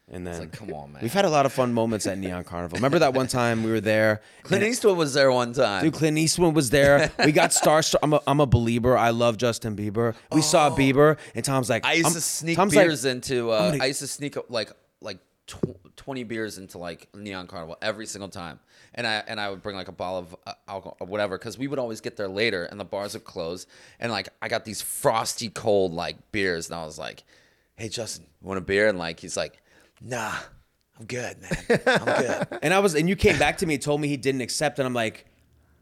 and then
Like, come on, man.
we've had a lot of fun moments at Neon Carnival. Remember that one time we were there?
Clint Eastwood was there one time.
Dude, Clint Eastwood was there. We got starstruck. I'm a, I'm a believer. I love Justin Bieber. We saw Bieber, and Tom's like,
Oh. I used
I'm-
to sneak
Tom's
beers
like,
into. Uh,
gonna-
I used to sneak up like like tw- twenty beers into like Neon Carnival every single time, and I and I would bring like a bottle of uh, alcohol or whatever because we would always get there later and the bars would close, and like I got these frosty cold like beers, and I was like, "Hey Justin, you want a beer?" And like he's like, "Nah,
[SIGHS]
I'm good, man.
[LAUGHS]
I'm good."
and I was, and you came back to me and told me he didn't accept, and I'm like.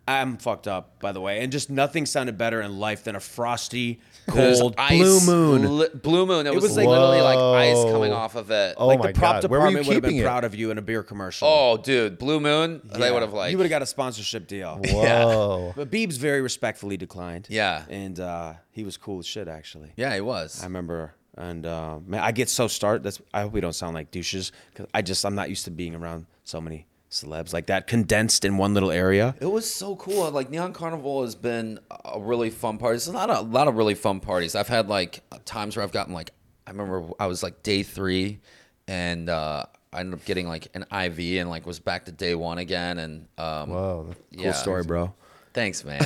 I'm fucked up, by the way, and just nothing sounded better in life than a frosty,
There's
cold,
ice
blue moon.
li- blue moon. It, was,
was like-
literally like ice
Whoa.
coming off of it.
Oh
like,
my
the prop
God, where were you
department would have been
keeping it?
proud of you in a beer commercial.
oh, dude, blue moon. They
Yeah.
would have like
you would have got a sponsorship deal.
Whoa.
But Biebs very respectfully declined.
Yeah.
and uh, he was cool as shit actually.
Yeah, it was.
I remember, and uh, man, I get so start. That's I hope we don't sound like douches because I just I'm not used to being around so many celebs like that condensed in one little area.
It was so cool. Like Neon Carnival has been a really fun party. It's a lot of a lot of really fun parties. I've had like times where I've gotten like I remember I was like day three, and uh, I ended up getting like an IV and like was back to day one again. And um,
Whoa.
yeah,
Cool story, bro.
Thanks,
[LAUGHS]
man.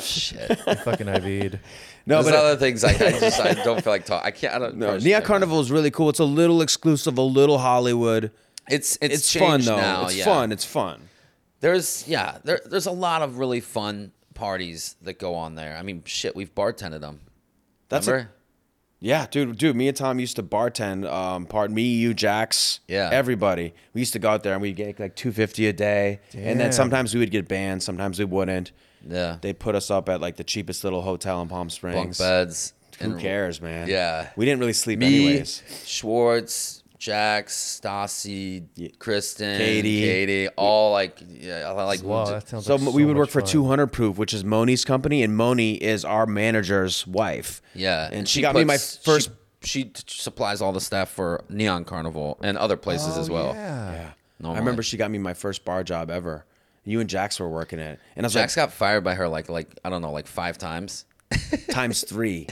Shit.
Fucking IV'd.
No,
There's other things like I just
[LAUGHS]
I don't feel like talk. I can't. I don't.
No,
there's-
Neon Uh, Carnival is really cool. It's a little exclusive, a little Hollywood.
It's it's,
It's, fun
changed
though.
Now.
it's
yeah.
fun. It's fun.
There's yeah. There, there's a lot of really fun parties that go on there. I mean, shit. We've bartended them.
That's
Remember?
a, Yeah, dude, dude. Me and Tom used to bartend. Um, pardon me, you, Jax.
Yeah.
everybody. We used to go out there and we'd get like two fifty a day, and then
Damn.
sometimes we would get banned, sometimes we wouldn't.
Yeah.
They put us up at like the cheapest little hotel in Palm
bunk
Springs.
beds.
Who cares, man?
Yeah.
we didn't really sleep
Me,
anyways.
Schwartz, Jax, Stassi, Kristen,
Katie.
Katie, all like yeah, I like
Wow, that sounds
So
like
we would
much
work for
fun.
two hundred proof, which is Moni's company, and Moni is our manager's wife.
yeah,
and, she, got me my
puts-
first.
She, she t- supplies all the staff for Neon Carnival and other places as well.
Yeah.
Oh, yeah, I
Normally.
remember she got me my first bar job ever. You and Jax were working it, and I was like,
Jax [LAUGHS] got fired by her like like I don't know like five times. [LAUGHS]
times three,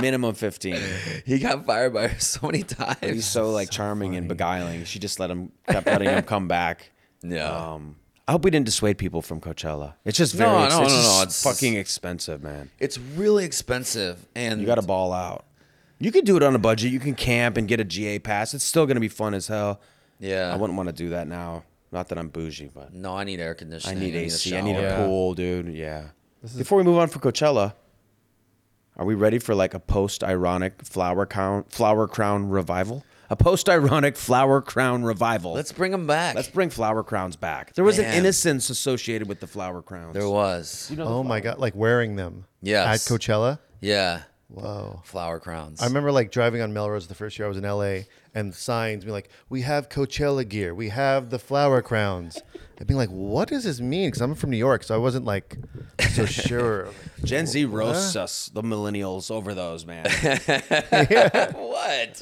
minimum fifteen.
He got fired by her so many times.
He's so like charming and beguiling. She just let him kept letting him come back.
Yeah.
Um, I hope we didn't dissuade people from Coachella. It's just very
No,
ex-
no,
it's
no, no,
just
it's-
fucking expensive, man.
It's really expensive, and
You got to ball out. You can do it on a budget. You can camp and get a GA pass. It's still gonna be fun as hell.
Yeah.
I wouldn't want to do that now. Not that I'm bougie, but
no, I need air
I
conditioning.
need AC. I need
shower.
a
shower.
pool, dude. Yeah. Before we move on for Coachella, are we ready for like a post-ironic flower crown flower crown revival? A post-ironic flower crown revival.
Let's bring him back.
Let's bring flower crowns back. There was an
Man.
innocence associated with the flower crowns.
there was.
Oh my god, like wearing them.
Yes.
At Coachella.
Yeah.
Whoa.
Flower crowns.
I remember like driving on Melrose the first year I was in LA and signs being like, we have Coachella gear, we have the flower crowns. And being like, what does this mean? Because I'm from New York, so I wasn't like [LAUGHS] so sure.
Gen Z roasts us, the millennials, over those,
[LAUGHS]
man.
what?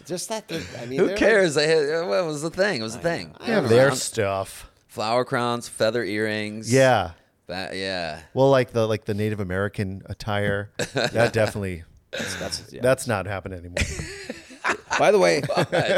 Just that. Thing. I mean,
Who cares? I had, uh, well, it was the thing. It was the thing.
They have their stuff.
Flower crowns, feather earrings.
Yeah.
That, yeah.
Well, like the like the Native American attire. [LAUGHS] That definitely
That's, yeah.
that's not happening anymore.
By the way,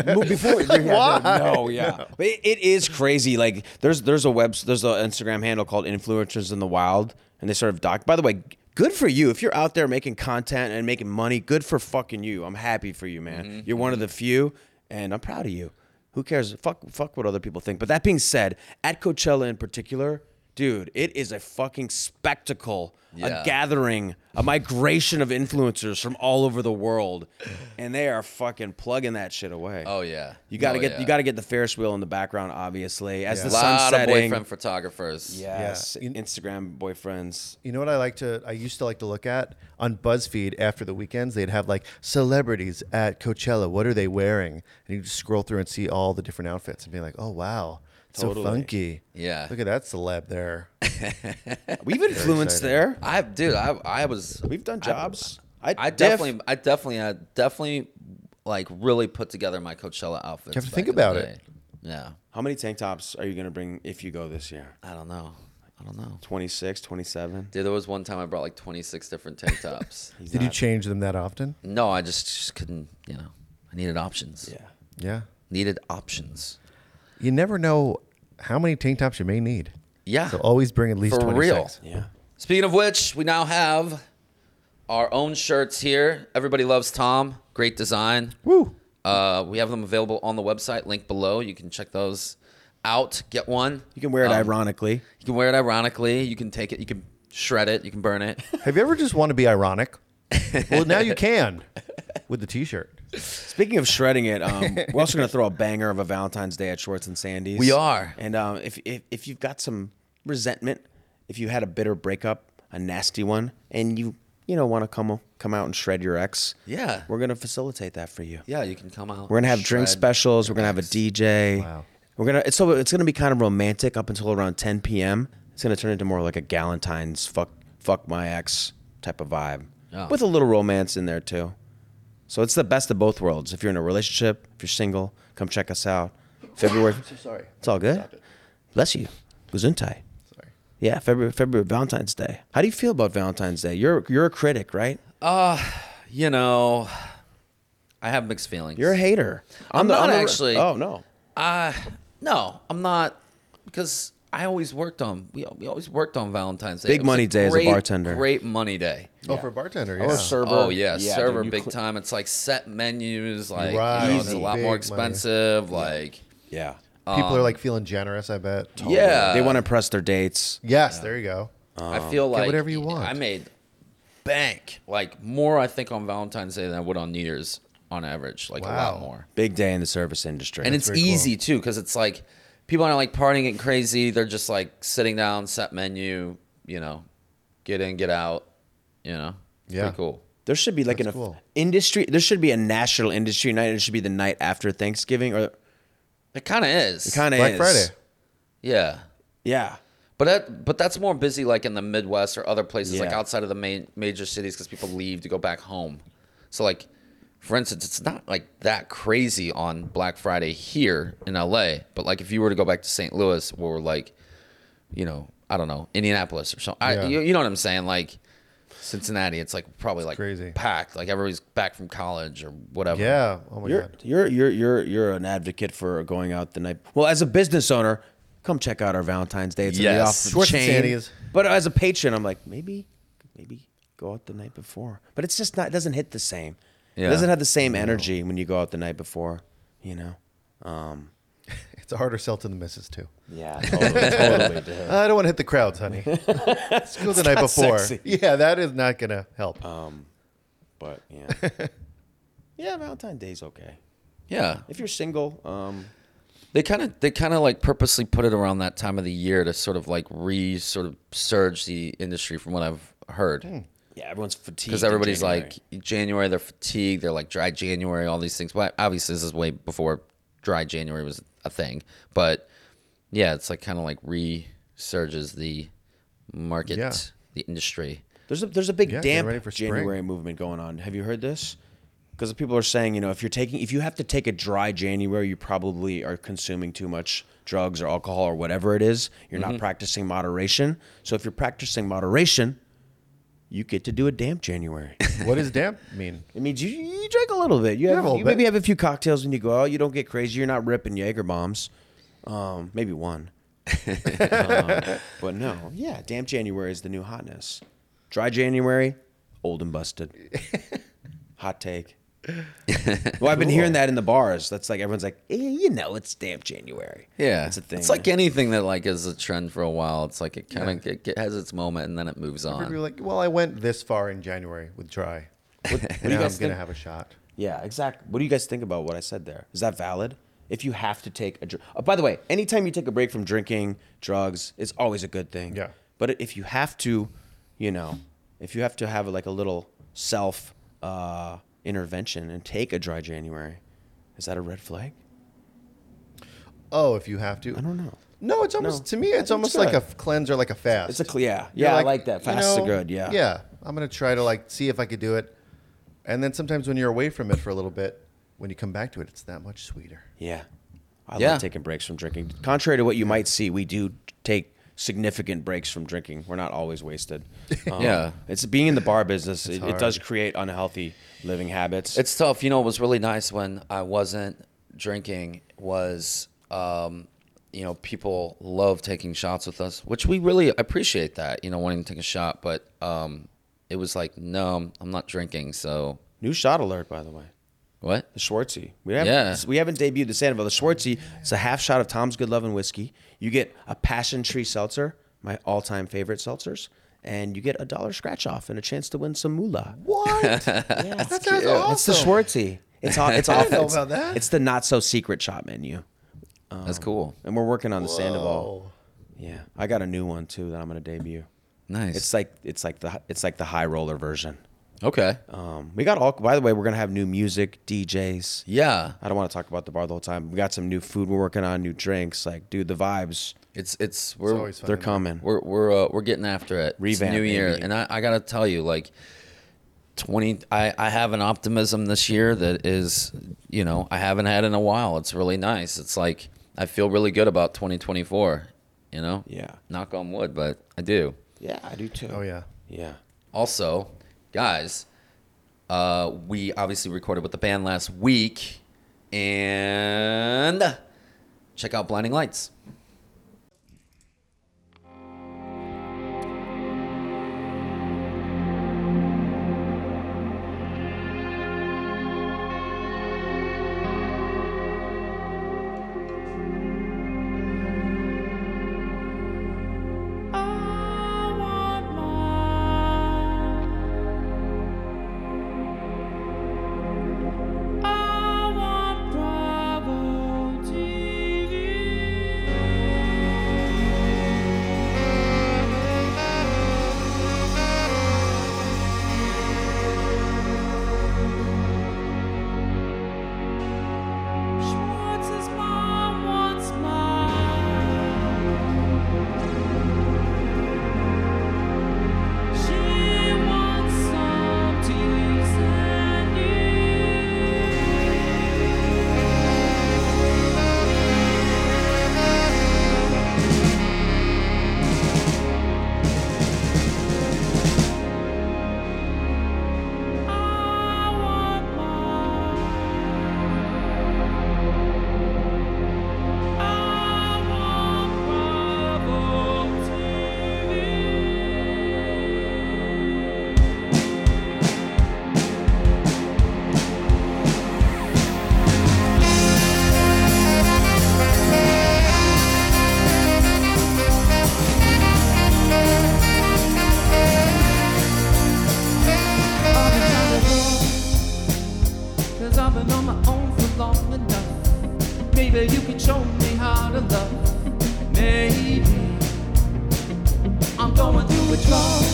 [LAUGHS] mo- before we bring that up, no, yeah, but it, it is crazy. Like there's there's a web there's an Instagram handle called Influencers in the Wild, and they sort of doc. By the way, good for you if you're out there making content and making money. Good for fucking you. I'm happy for you, man. You're one of the few, and I'm proud of you. Who cares? Fuck fuck what other people think. But that being said, at Coachella in particular, dude, it is a fucking spectacle,
Yeah.
a gathering, a migration of influencers from all over the world, and they are fucking plugging that shit away.
Oh yeah.
You gotta
Oh,
get
yeah.
you gotta get the Ferris wheel in the background, obviously, as the
a
sun's
lot of
setting.
boyfriend photographers.
yes,
You-
Instagram [LAUGHS] boyfriends.
You know what I like to I used to like to look at on BuzzFeed after the weekends they'd have like celebrities at Coachella what are they wearing and you just scroll through and see all the different outfits and be like oh wow it's
Totally.
so funky
Yeah.
look at that celeb
[LAUGHS]
there
We've influenced there.
I dude, I I was
We've done jobs. I,
I
diff-
definitely I definitely I definitely like really put together my Coachella outfits.
You have to
back
think
in the
about it.
day. Yeah.
How many tank tops are you gonna bring if you go this year?
I don't know. I don't know.
26, 27?
Dude, there was one time I brought like 26 different
[LAUGHS]
tank tops.
did you change them that often
no, I just, just couldn't, you know. I needed options.
Yeah.
yeah
Needed options.
you never know how many tank tops you may need
Yeah.
so always bring at least
For
26.
real.
Yeah.
Speaking of which, we now have our own shirts here. Everybody loves Tom. Great design.
Woo.
Uh, we have them available on the website, link below. You can check those out. Get one.
You can wear it
Um,
ironically.
You can wear it ironically. You can take it. You can shred it. You can burn
[LAUGHS]
it.
Have you ever just want to
[LAUGHS]
be ironic? well, now you can with the T-shirt.
Speaking of shredding it, um,
[LAUGHS]
we're also going to throw a banger of a Valentine's Day at Schwartz and Sandy's.
We are.
And um, if, if if you've got some resentment, if you had a bitter breakup, a nasty one, and you you know want to come come out and shred your ex,
Yeah.
we're going to facilitate that for you.
Yeah, you can come out.
We're gonna have drink
shred.
specials. We're gonna have a DJ.
Wow.
We're gonna it's so it's gonna be kind of romantic up until around 10 p.m. It's gonna turn into more like a Galentine's fuck fuck my ex type of vibe,
Oh.
with a little romance in there too. So it's the best of both worlds. If you're in a relationship, if you're single, come check us out.
[COUGHS]
February.
sorry.
It's all good.
it.
Bless you. Gesundheit.
Sorry.
Yeah, February February Valentine's Day. How do you feel about Valentine's Day? You're you're a critic, right?
You know, I have mixed feelings.
You're a hater.
I'm
the-
not
the-
actually.
Oh no.
Uh, no, I'm not because I always worked on we, we always worked on Valentine's Day.
Big
It was
money day as a
great-
bartender.
Great money day.
Oh, for a bartender, yeah.
Oh, server.
Oh yeah,
Yeah,
server
dude, you
big
cl-
time. It's like set menus, like
Right.
you know, it's a
Easy.
lot
Big
more
money.
expensive. Like
Yeah.
People are like feeling generous. I bet.
Oh, Um, yeah,
they want to impress their dates.
Yes, there you go.
Um,
I feel like
whatever you want.
I made bank like more. I think on Valentine's Day than I would on New Year's on average. Like a lot
Wow.
more.
Big day in the service industry.
and it's
very cool.
easy too because it's like people aren't like partying and crazy they're just like sitting down set menu you know get in get out you know It's
Yeah.
pretty cool
there should be like an
That's cool.
industry. There should be a national industry night. and It should be the night after Thanksgiving, or
it kind of is
it kind of
Black
is.
Friday.
yeah
Yeah,
but that but that's more busy like in the midwest or other places like
Yeah.
outside of the main major cities because people leave to go back home so like for instance it's not like that crazy on black friday here in la but like if you were to go back to st louis or like you know i don't know indianapolis or something I,
Yeah.
you, you know what i'm saying like cincinnati it's like probably like
crazy.
packed like everybody's back from college or whatever
Yeah. Oh my
you're
god.
you're you're you're you're an advocate for going out the night. Well, as a business owner, come check out our Valentine's Day. It's in the
Yes.
off
Schwartz and
chain.
Sandy's.
But as a patron, I'm like maybe maybe go out the night before. But it's just not. It doesn't hit the same.
Yeah.
It doesn't have the same energy when you go out the night before. You know. Um,
It's a harder sell to the missus too. [LAUGHS] Uh,
yeah, totally, [LAUGHS] totally dude.
I don't want to hit the crowds,
[LAUGHS]
honey. Let's go the night
not
before.
sexy. Um,
Yeah, that is not gonna help.
But yeah. [LAUGHS] yeah, Valentine's Day's okay.
yeah
If you're single, um
They kind of they kind of like purposely put it around that time of the year to sort of like re sort of surge the industry from what I've heard
yeah, everyone's fatigued.
because
in
everybody's
January.
like January they're fatigued they're like dry January all these things but obviously this is way before dry January was a thing but yeah it's like kind of like resurges the market
Yeah.
the industry
there's a there's a big
Yeah, get
damp
ready for spring.
January movement going on. Have you heard this? Because people are saying, you know, if you're taking if you have to take a dry January, you probably are consuming too much drugs or alcohol or whatever it is. You're
Mm-hmm.
not practicing moderation. So if you're practicing moderation, you get to do a damp January.
what does damp
[LAUGHS]
mean?
It means you, you drink a little bit. You, have,
a little
you maybe
bit.
have a few cocktails when you go out. You don't get crazy. You're not ripping Jaeger bombs. Um, maybe one. Um, but no, yeah, damp January is the new hotness. Dry January, old and busted. Hot take. Well, I've been hearing that in the bars. That's like everyone's like, eh, you know, it's damp January.
Yeah,
it's a thing.
It's like anything that like is a trend for a while. It's like it kind of it, it has its moment and then it moves
People are
on.
like, well, I went this far in January with dry. What, now
you
I'm
guys
gonna
think?
have a shot.
Yeah, exactly. What do you guys think about what I said there? Is that valid? If you have to take a dr- oh, by the way, anytime you take a break from drinking, drugs, it's always a good thing.
Yeah.
But if you have to, you know, if you have to have like a little self uh, intervention and take a dry January, is that a red flag?
Oh, if you have to.
I don't know.
No, it's almost
No.
to me.
I
It's
think
almost
it's
like a
good.
f- cleanse or like a fast.
It's a cl- yeah,
You're
yeah. I like that.
you
Fast
know,
to good. Yeah.
Yeah. I'm gonna try to like see if I could do it, and then sometimes when you're away from it for a little bit, when you come back to it, it's that
[LAUGHS]
much sweeter.
Yeah. I
Yeah.
love taking breaks from drinking. Contrary to what you might see, we do take significant breaks from drinking. We're not always
[LAUGHS]
wasted. Um,
Yeah.
It's being in the bar business, it, it
hard.
does create unhealthy living habits.
It's tough. You know, it was really nice when I wasn't drinking. Was um, you know, people love taking shots with us, which we really appreciate that. You know, wanting to take a shot, but um, it was like, no, I'm- I'm not drinking. So
New shot alert, by the way.
what?
The Schwartzy. We haven't,
Yeah.
we haven't debuted the Sandoval. The Schwartzy It's a half shot of Tom's Good Lovin' Whiskey. You get a passion tree seltzer, my all time favorite seltzers, and you get a dollar scratch off and a chance to win some moolah.
What? that sounds awesome.
It's the Schwartzy. It's [LAUGHS] all, it's
I
off.
didn't know
it's,
about that.
it's the not so secret shot menu.
That's cool.
And we're working on the Sandoval.
Oh.
Yeah, I got a new one too that I'm gonna debut.
Nice.
It's like it's like the it's like the high roller version.
okay.
Um, we got all. By the way, we're gonna have new music, DJs.
Yeah.
I don't want to talk about the bar the whole time. We got some new food. We're working on new drinks. Like, dude, the vibes
It's it's we're
always fun.
they're coming.
We're we're uh, we're getting after it.
Revamp,
it's new year,
baby.
and I, I gotta tell you, like twenty, I I have an optimism this year that is, you know, I haven't had in a while. It's really nice. It's like I feel really good about twenty twenty four. You know.
Yeah.
Knock on wood, but I do.
Yeah, I do too.
Oh yeah.
yeah.
Also, guys, uh, we obviously recorded with the band last week, and check out Blinding Lights.
Schwartz's mom wants mine. She wants some teas and you. I want mine. I want Bravo TV. Cause I've been on my own for long enough. Maybe you can show me how to love. Maybe I'm going through a drought.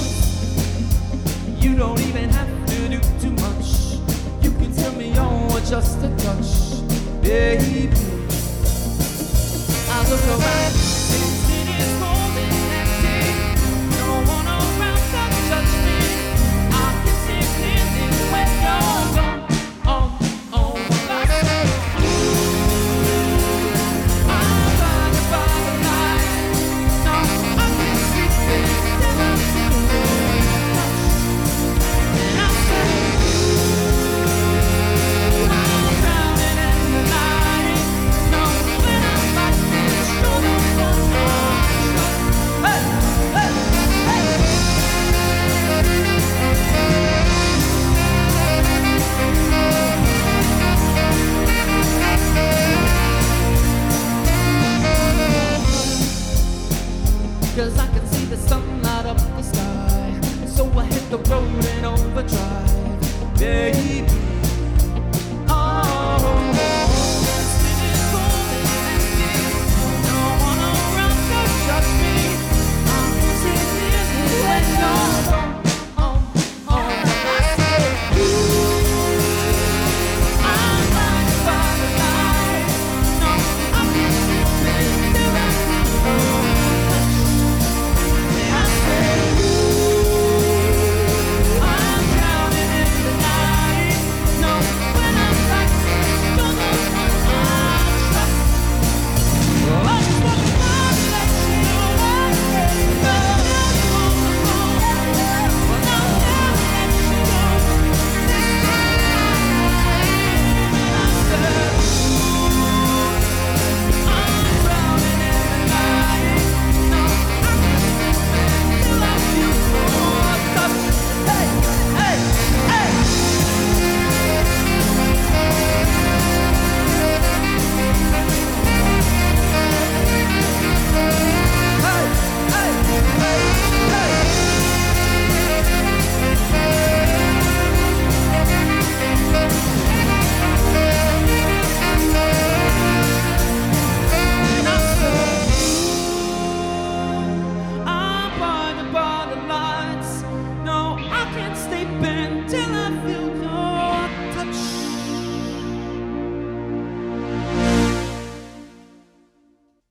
You don't even have to do too much. You can tell me on with just a touch, baby. I look around. this city's cold and empty. No one around to judge me. I can see clearly when you're gone. Oh, oh, I said, ooh, I'm blinded by the light. Now I can see things that I see when I touch. And I said, I'm drowning in the light. Now when I fight this struggle for love.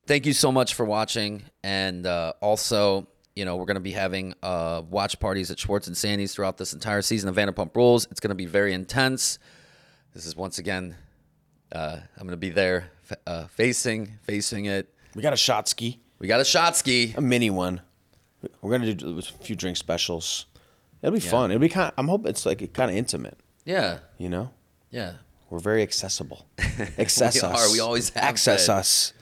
thank you so much for watching. And uh, also, you know, we're going to be having uh, watch parties at Schwartz and Sandy's throughout this entire season of Vanderpump Rules. It's going to be very intense. This is once again, uh, I'm going to be there f- uh, facing facing it.
We got a shot ski,
We got a shot ski.
a mini one. We're gonna do a few drink specials. It'll be fun. It'll be kind. I'm hoping it's like kind of intimate.
Yeah,
You know,
yeah.
we're
[LAUGHS]
very accessible.
We
Access
are.
us.
We always have
access
been.
us.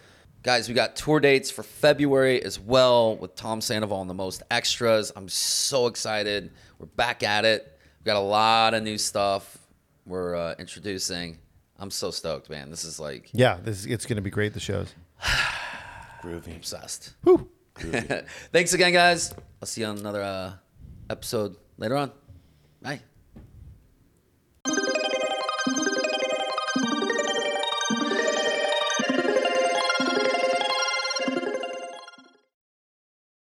Guys, we got tour dates for February as well with Tom Sandoval and the most extras. I'm so excited. We're back at it. We got a lot of new stuff we're uh, introducing. I'm so stoked, man. This is like
Yeah, this it's gonna be great. The shows.
Groovy.
obsessed. [LAUGHS] Thanks again, guys. I'll see you on another uh, episode later on. Bye.